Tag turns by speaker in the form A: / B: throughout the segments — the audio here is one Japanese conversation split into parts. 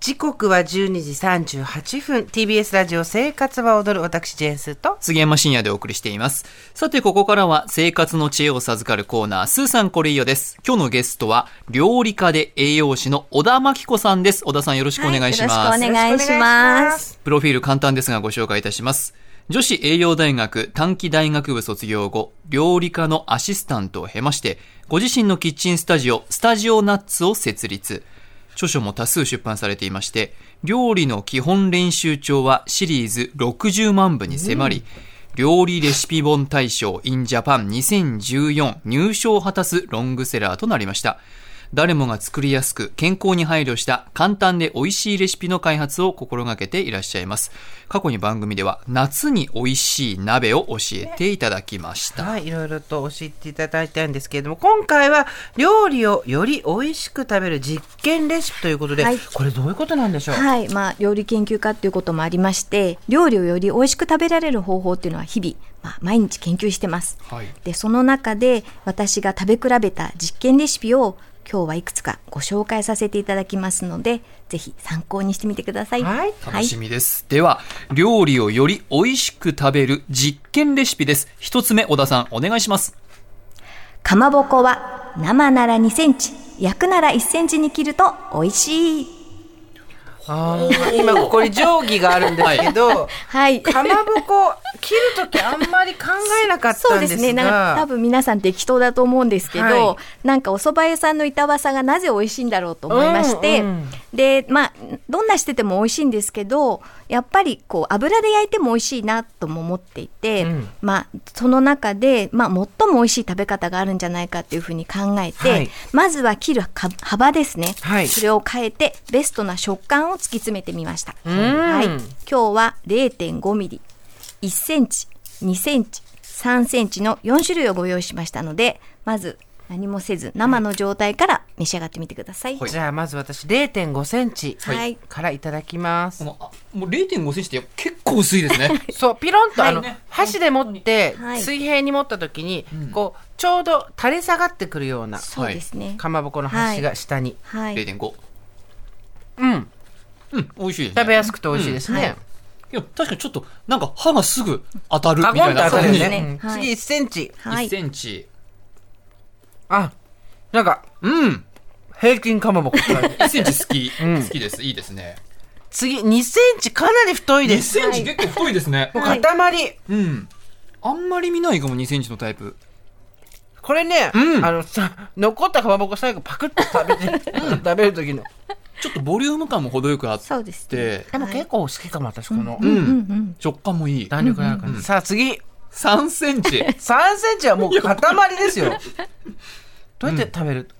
A: 時刻は12時38分 TBS ラジオ生活は踊る私ジェーンスーと
B: 杉山深也でお送りしています。さて、ここからは生活の知恵を授かるコーナー、スーさんこれいいよです。今日のゲストは、料理家で栄養士の小田真紀子さんです。小田さんよろしくお願いします。
C: はいよろしくお願いします
A: す
B: プロフィール簡単ですがご紹介いたします。女子栄養大学短期大学部卒業後、料理家のアシスタントを経まして、ご自身のキッチンスタジオ、スタジオナッツを設立。著書も多数出版されていまして、料理の基本練習帳はシリーズ60万部に迫り、料理レシピ本大賞 in Japan 2014入賞を果たすロングセラーとなりました。誰もが作りやすく健康に配慮した簡単で美味しいレシピの開発を心がけていらっしゃいます。過去に番組では夏に美味しい鍋を教えていただきました。
A: はい、いろいろと教えていただいたんですけれども、今回は料理をより美味しく食べる実験レシピということで、
C: はい
A: これどういうことなんでしょう、
C: はい、まあ、料理研究家っていうこともありまして料理をより美味しく食べられる方法っていうのは日々、まあ、毎日研究してます、
B: はい
C: でその中で私が食べ比べた実験レシピを今日はいくつかご紹介させていただきますのでぜひ参考にしてみてください
A: はい
B: 楽しみです、では料理をより美味しく食べる実験レシピです一つ目小田さんお願いします
C: かまぼこは生なら2センチ焼くなら1センチに切ると美味しい
A: あー今ここに定規があるんですけど、
C: はい
A: かまぼこ切るときあんまり考えなかっ
C: そ
A: た
C: うん
A: で
C: ですす
A: が
C: ね。なんか多分皆さん適当だと思うんですけど、
A: は
C: なんかお蕎麦屋さんの板わさがなぜ美味しいんだろうと思いまして、
A: うんうん
C: で、まあ、どんなしてても美味しいんですけど、やっぱりこう油で焼いても美味しいなとも思っていて、
A: うん
C: まあ、その中で、まあ、最も美味しい食べ方があるんじゃないかっていうふうに考えて、
A: はい
C: まずは切るか幅ですね。
A: はい
C: それを変えて、ベストな食感を突き詰めてみました。
A: ん
C: はい。今日は0.5ミリ、1センチ、2センチ、3センチの4種類をご用意しましたので、まず何もせず生の状態から召し上がってみてください。
A: じゃあまず私0.5センチ
C: はい
A: からいただきます、
B: このあもう0.5センチって結構薄いですね
A: そうピロンと、
B: はい
A: あの箸で持って
C: はい
A: 水平に持った時に、こうちょうど垂れ下がってくるような
C: そうですね。
A: かまぼこの端が下に、
C: はい。
B: 0.5
A: うん
B: うん美味しいです、ね、
A: 食べやすくて美味しいですね、
B: いや確かにちょっとなんか歯がすぐ当たるみ
A: ガコ
B: たい
A: ンと
B: な
A: 当た
B: 感
A: る
B: じ
A: よ
C: そう
B: で
C: で
A: ね
C: すねはい
A: 次1センチ
C: は
B: 1
C: い。
B: センチ
A: あなんか
B: うん
A: 平均かまぼこって感じ
B: 1センチ好き、好きですいいですね
A: 次2センチかなり太い
B: 1
A: です
B: センチ結構太いですね、
A: もう
C: は
A: 塊、
C: い
B: うんあんまり見ないかも2センチのタイプ
A: これね、
B: うん
A: あのさ残ったかまぼこ最後パクッと食べて食べる時の
B: ちょっとボリューム感も程よくあっ
C: そうですね。
B: て
A: でも結構好きかも私この、
B: うん、
C: うん
B: 食感もいい
A: 弾力があるから、
B: うん
A: さあ次
B: 3セン チ
A: 3センチはもう塊ですよどうやって食べる、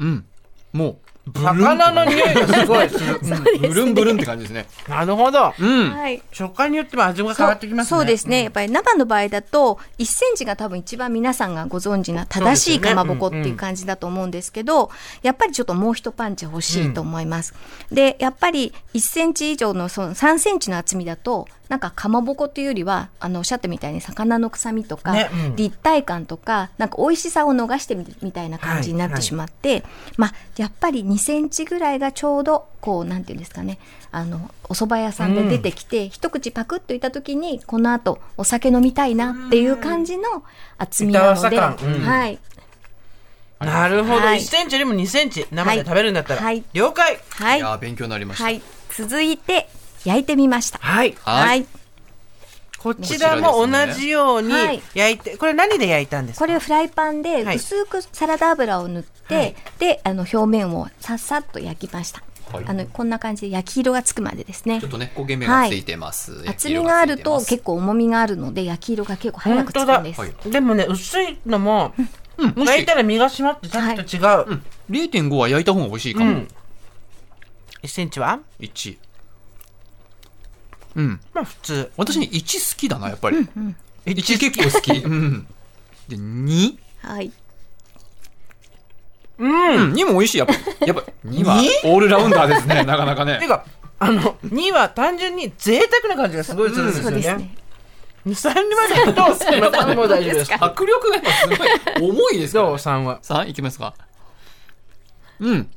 B: うん。もう、ブルンって
A: 魚の匂いがすごいする、
B: 感じ。ブルンブルンって感じですね。
A: うん なるほど
B: うん。
C: はい。
A: 食感によっても味が変わってきますね
C: そうそうですね、やっぱり生の場合だと1センチが多分一番皆さんがご存知な正しいかまぼこっていう感じだと思うんですけどやっぱりちょっともう一パンチ欲しいと思います、でやっぱり1センチ以上のその3センチの厚みだとなんかかまぼこというよりはあのおっしゃったみたいに魚の臭みとか、
A: ねうん
C: 立体感とかなんか美味しさを逃してみるみたいな感じになってしまって、まあやっぱり2センチぐらいがちょうどこうなんていうんですかねあのお蕎麦屋さんで出てきて、一口パクッといた時にこの後お酒飲みたいなっていう感じの厚みなので、
A: 板わさ感うん
C: はい
A: なるほど、
C: はい
A: 1センチよりも2センチ生で食べるんだったら、
C: はい
A: 了解
C: はいい
B: やー勉強になりました。
C: はい続いて焼いてみました。
A: はい
B: はい
A: こちらも同じように
C: はい
A: 焼いてこれ何で焼いたんですか
C: これをフライパンで
A: はい
C: 薄くサラダ油を塗って、
A: はい
C: であの表面をさっさっと焼きました、
B: はい
C: あのこんな感じで焼き色がつくまでですね
B: ちょっとね、焦げ目がついてます。
C: 厚みがあると
B: 焼き色
C: 結構重みがあるので焼き色が結構早
A: 本
C: くつ
A: 当
C: く
A: だ
C: んです、
B: はい
A: でもね薄いのも
B: がついてます。うん、も
A: 焼い
B: した
A: ら身が締まってさっきと違う、
B: 0.5は焼いた方が美味しいか
A: う
B: も
A: ん。1センチは
B: 1。うん。
A: まあ普通
B: 私ね、1好きだな、やっぱり。1結構好き。 うん。で、2。
C: はい
A: うん
B: うん、2も美味しい。やっぱ、や っぱ、2は
A: に
B: オールラウンダー ですね、なかなか
A: て
B: ね。
A: かあの2は単純に贅沢な感じがすごいするんです
C: そ
A: よ
C: うです
A: ね
C: ね
A: 23まで行くと3までもう大丈夫です
B: 迫力がやっぱすごい重いですから
A: どう
B: ね。
A: 3は、
B: さあ、いきますか。うん。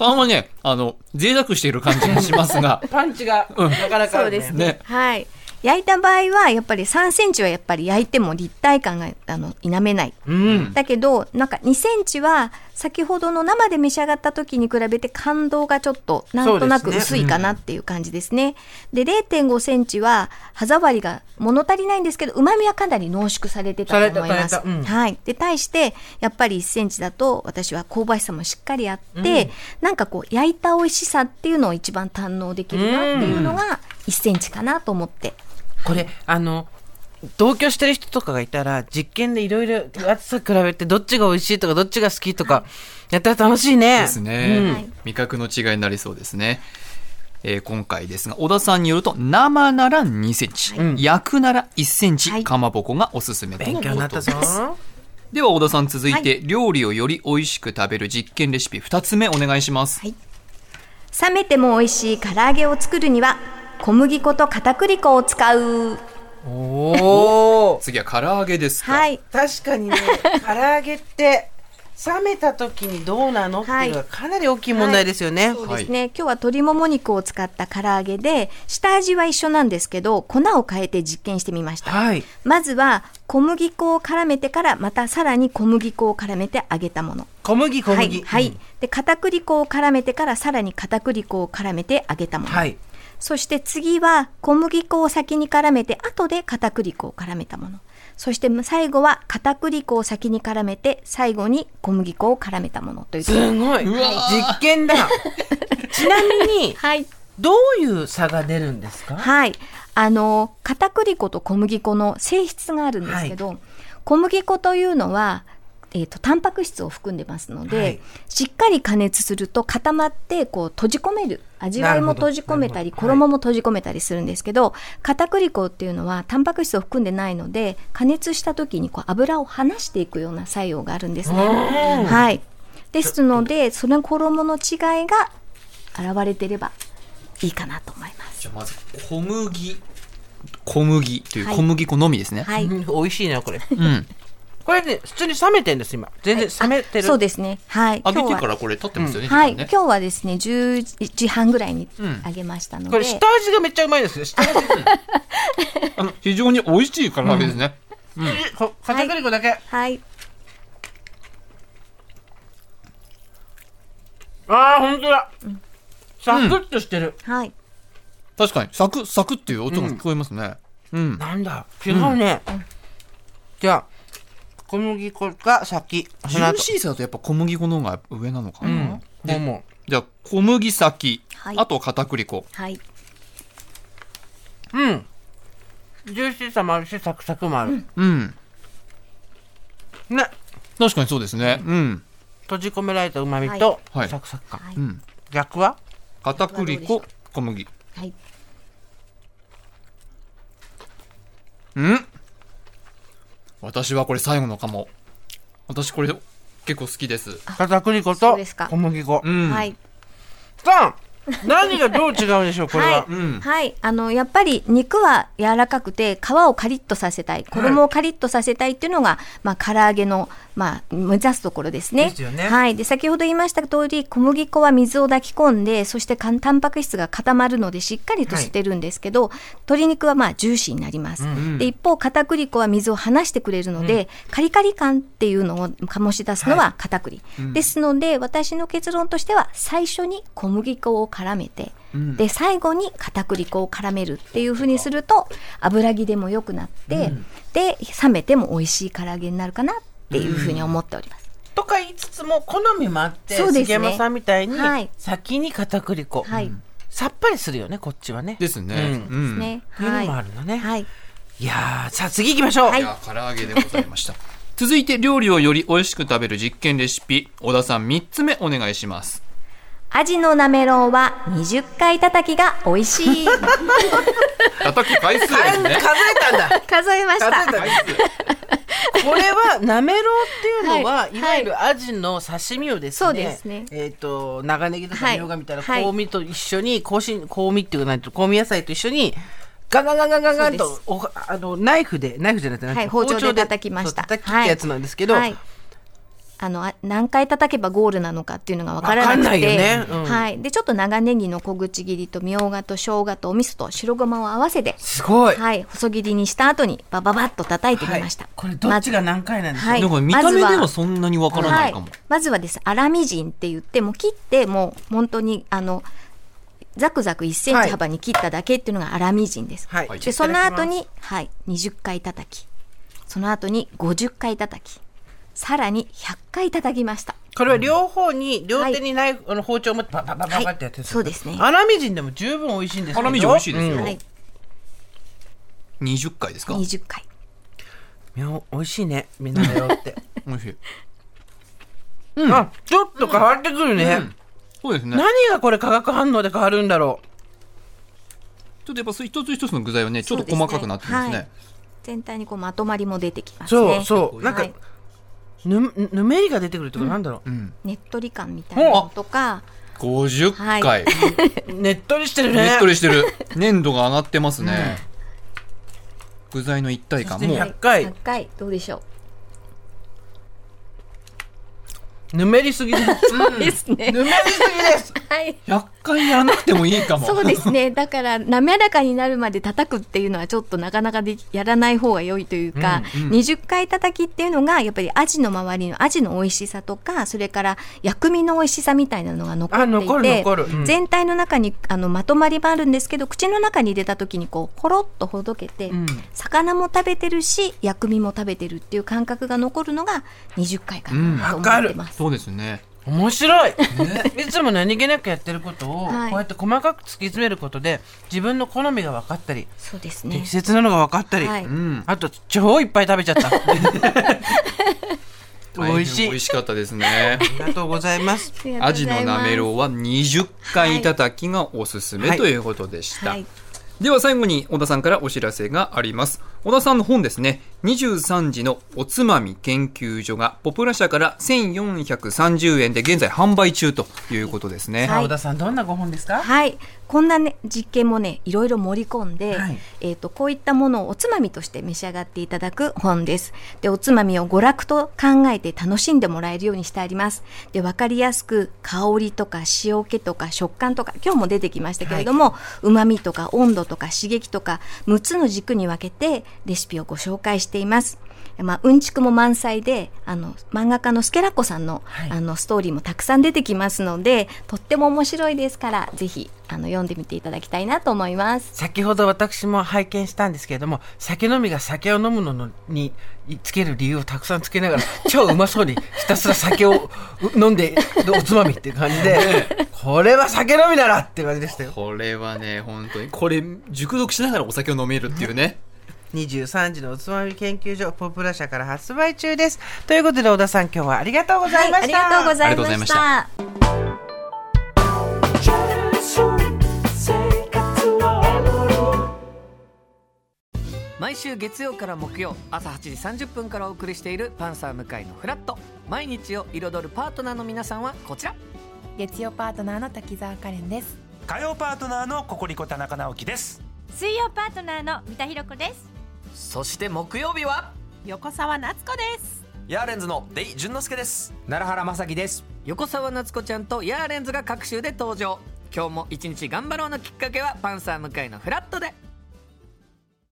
B: あんまね、あの、贅沢している感じがしますが
A: パンチがなかなかあ
C: そう
A: るね、
C: ですね
B: ね
C: はい焼いた場合はやっぱり3センチはやっぱり焼いても立体感があの否めない
A: うん
C: だけどなんか2センチは先ほどの生で召し上がった時に比べて感動がちょっとなんとな
A: そ
C: く
A: うです
C: 薄
A: ね
C: いかなっていう感じですね。で0.5センチは歯触りが物足りないんですけど旨味はかなり濃縮されてたと思います。
A: されたされたうん
C: はい。で対してやっぱり1センチだと私は香ばしさもしっかりあって、なんかこう焼いた美味しさっていうのを一番堪能できるなっていうのが1センチかなと思って。
A: これあの同居してる人とかがいたら実験でいろいろ暑さ比べてどっちが美味しいとかどっちが好きとかやったら楽しいね。
B: ですね、
A: うん
C: はい
B: 味覚の違いになりそうですね。えー今回ですが、小田さんによると、生なら2センチ、
A: うん
B: 焼くなら1センチ、
C: はい
B: かまぼこがおすすめという
A: 勉
B: こ
A: 強
B: とです。
A: になったぞ。
B: では、小田さん続いて、
C: は
B: 料理をより美味しく食べる実験レシピ2つ目お願いします。
C: はい冷めても美味しい唐揚げを作るには小麦粉と片栗粉を使う。
A: おお。
B: 次は唐揚げですか。
C: はい。
A: 確か にね、唐揚げって冷めた時にどうなのっていうのはかなり大きい問題ですよね。
C: そうですね、今日は鶏もも肉を使った唐揚げで下味は一緒なんですけど粉を変えて実験してみました、
A: はい。
C: まずは小麦粉を絡めてからまたさらに小麦粉を絡めて揚げたもの
A: 小麦小
C: はい、
A: 麦。
C: はい、で片栗粉を絡めてからさらに片栗粉を絡めて揚げたもの、
A: はい。
C: そして次は小麦粉を先に絡めて後で片栗粉を絡めたものそして最後は片栗粉を先に絡めて最後に小麦粉を絡めたものという
A: すごい。
B: うわー
A: 実験だ。 ちなみに
C: はい
A: どういう差が出るんですか。
C: はい。あの、片栗粉と小麦粉の性質があるんですけど、小麦粉というのは、えー、とタンパク質を含んでますので、
A: はい
C: しっかり加熱すると固まってこう閉じ込める味わいも
A: なるほど
C: 閉じ込めたり
A: なるほどはい
C: 衣も閉じ込めたりするんですけど、片栗粉っていうのはタンパク質を含んでないので加熱した時にこう油を離していくような作用があるんですね。
A: うん
C: はい、ですのでその衣の違いが現れてればいいかなと思います。
B: じゃあまず、小麦。小麦という小麦粉のみですね。
C: はい
A: うん美味しいなこれ。
B: うん。
A: これね普通に冷めてんです今。全然冷めてる。
C: そうですね。はい。
B: 揚げて
C: 今日
B: か
C: は
B: らこれ立ってますよね、時間
C: はい、
B: ね
C: 今日はですね、10時半ぐらいに
B: うん
C: 揚げましたの
A: こ
C: で、
A: れ下味がめっちゃうまいですよ。下味。
B: あの非常に美味しい唐揚げですね。
A: こ片栗粉だけ。
C: はい、
A: ああ本当だ。サクッとしてる。
C: はい、
B: 確かに、サクサクっていう音が聞こえますね。うん。
A: なんだ違うね。じゃあ小麦粉が先。
B: ジューシーさだとやっぱ小麦粉の方が上なのかな、
A: うん。どうも。
B: じゃあ小麦先、
C: はい
B: あと片栗粉
C: はい、
A: うん。ジューシーさもあるしサクサクもある。
B: うん
A: ね。
B: 確かにそうですねうん、
A: 閉じ込められた旨味と
B: はいはい
A: サクサク感。
C: はい、
B: うん、
A: 逆は？
B: 片栗
C: どう
B: 粉小麦
C: はい、
B: うん私はこれ最後のかも私これ結構好きです
A: 片栗粉
C: そう
A: と
C: ですか
A: 小麦粉
B: う。ん、
C: はい、
A: さあ、何がどう違うでしょう、これは。
C: はい
B: うん
C: はい、あのやっぱり肉は柔らかくて皮をカリッとさせたい、衣をカリッとさせたいっていうのが、まあ唐揚げのまあ目指すところですね。
A: ですよね
C: はい、で先ほど言いました通り、小麦粉は水を抱き込んで、そしてかんタンパク質が固まるのでしっかりとしてるんですけど、鶏肉はまあジューシーになります。で一方片栗粉は水を離してくれるので、カリカリ感っていうのを醸し出すのは片栗、ですので私の結論としては最初に小麦粉を絡めて、で最後に片栗粉を絡めるっていうふうにすると油ぎでも良くなって、で冷めても美味しい唐揚げになるかなっていうふうに思っております。
A: とか言いつつも、好みもあって、
C: そうですね
A: 杉山さんみたいに
C: はい、
A: 先に片栗粉、
C: はい、
A: さっぱりするよね、こっちはね。
B: ですね、
A: う
B: うんん
C: ね、
A: というの
C: はい、
A: もあるのね。
C: はい、
A: いやー、さあ次行きましょう。
C: はい
B: いや唐揚げでございました 続いて料理をより美味しく食べる実験レシピ小田さん3つ目お願いします
C: アジのなめろうは20回叩きが美味しい
B: 叩く回数です
A: 数え
B: ね
A: たんだ。
C: 数えました。
A: 数えたんだ。これは、なめろうっていうのは、
C: はい
A: いわゆるアジの刺身をですね、
C: そうですね
A: えっ、と、長ネギとか
C: はい
A: みょうがみたいな、
C: はい
A: 香味と一緒に、香辛、香味っていうかなんていうの香味野菜と一緒に、ガンガンガンガンガンガン
C: そう
A: と、おあの、ナイフで、ナイフじゃなくて、
C: はい
A: ナイフ
C: 包丁で叩きました
A: そう叩きってやつなんですけど、
C: はいあのあ何回叩けばゴールなのかっていうのが分からなくて
A: わかんないよねうん
C: はい、でちょっと長ネギの小口切りとみょうがと生姜とお味噌と白ごまを合わせて、
A: すごい。
C: はい、細切りにした後にバババッと叩いてみました、
A: はいこれどっちが何回なんですか、
C: はい
B: なんか見た目で
C: まず
B: は
C: は
B: そんなにわからないかも
C: は。い、まずはです粗みじんって言ってもう切ってもう本当にあのザクザク1センチ幅に切っただけっていうのが粗みじんです、
A: はい
B: はい
C: でその後に、はい、20回叩きその後に50回叩きさらに100回叩きました
A: これは両方に、両手にナイフ、あの包丁を持ってパッパッパッパッパッってやってるん
C: そうですね
A: 粗みじんでも十分美味しいんですけど
B: 花見美味しいです
A: うん
B: よ。
C: はい
B: 20回ですか。
C: 20回
A: いや美味しいねみんなよって、
B: 美味しい。
A: あちょっと変わってくるね、
B: そうですね。
A: 何がこれ化学反応で変わるんだろ
B: ちょっとやっぱそう一つ一つの具材はね、ちょっと細かくなってます
C: そう
B: ね
C: で。全体にこうまとまりも出てきます
A: そう
C: ね
A: そうなんか
C: はい、
A: うぬぬめりが出てくるってことなんだろ
B: うん。
C: ねっとり感みたいなのとか
B: 50
C: は
B: 回
C: い。
A: う、ねっとりしてるね
B: ねっとりして る。粘度が上がってますね。具材の一体感
A: そし
B: も
A: て
B: う
A: 100回
C: 100回どうでしょ
A: ぬめりすぎです
C: う、そうですね
A: ぬめりすぎです
C: はい
B: 100回やらなくてもいいかも。
C: そうですね。だから、滑らかになるまで叩くっていうのは、ちょっとなかなかできやらない方が良いというか、
B: うんうん
C: 20回叩きっていうのが、やっぱりアジの周りのアジの美味しさとか、それから薬味の美味しさみたいなのが残っていて、
A: あ残る残るうん
C: 全体の中にあのまとまりもあるんですけど、口の中に入れた時にこう、ほろっとほどけて、
A: ん
C: 魚も食べてるし、薬味も食べてるっていう感覚が残るのが20回かなと思ってます。
B: そうですね。
A: 面白い、いつも何気なくやってることを、
C: はい
A: こうやって細かく突き詰めることで自分の好みが分かったり
C: そうですね
A: 適。切なのが分かったり、
C: はい
B: うん。
A: あと超いっぱい食べちゃった 美味しい
B: 美味しかったですね。
A: ありがとうございます
C: ありがとう
B: ア
C: ござ
B: ジ
C: いま
B: の
C: す
B: なめろうは20回叩きがおすすめ、
A: はい
B: ということでした、
C: はい
B: では最後に小田さんからお知らせがあります小田さんの本ですね23時のおつまみ研究所がポプラ社から1430円で現在販売中ということですね、
A: さあ小田さんどんなご本ですか
C: はい、こんなね実験もねいろいろ盛り込んで、
A: はい
C: えっ、とこういったものをおつまみとして召し上がっていただく本です。でおつまみを娯楽と考えて楽しんでもらえるようにしてあります。でわかりやすく香りとか塩気とか食感とか今日も出てきましたけれども、旨味とか温度とか刺激とか6つの軸に分けてレシピをご紹介しています。まあ、うんちくも満載であの漫画家のスケラッコさんの,、
A: はい
C: あのストーリーもたくさん出てきますのでとっても面白いですからぜひあの読んでみていただきたいなと思います。
A: 先ほど私も拝見したんですけれども酒飲みが酒を飲むのにつける理由をたくさんつけなが ら超うまそうにひたすら酒をう飲んでおつまみっていう感じでこれは酒飲みならっていう感じでしたよ
B: これはね本当にこれ熟読しながらお酒を飲めるっていうね
A: 23時のおつまみ研究所ポプラ社から発売中ですということで小田さん今日はありがとうございま
C: あ
A: し
C: り
A: た、
C: がとうござ
B: ありが
C: い
B: とうございま
C: ま
B: し
C: したた。
D: 毎週月曜から木曜朝8時30分からお送りしている「パンサー向井のフラット」毎日を彩るパートナーの皆さんはこちら
E: 月曜パートナーの滝沢カレンです
F: 火曜パートナーのココリコ田中直樹です
G: 水曜パートナーの三田寛子です
D: そして木曜日は
E: 横澤夏子です
F: ヤーレンズのデイ淳之介です奈良原正樹です
D: 横澤夏子ちゃんとヤーレンズが各週で登場今日も一日頑張ろうのきっかけは「パンサー向井のフラット」で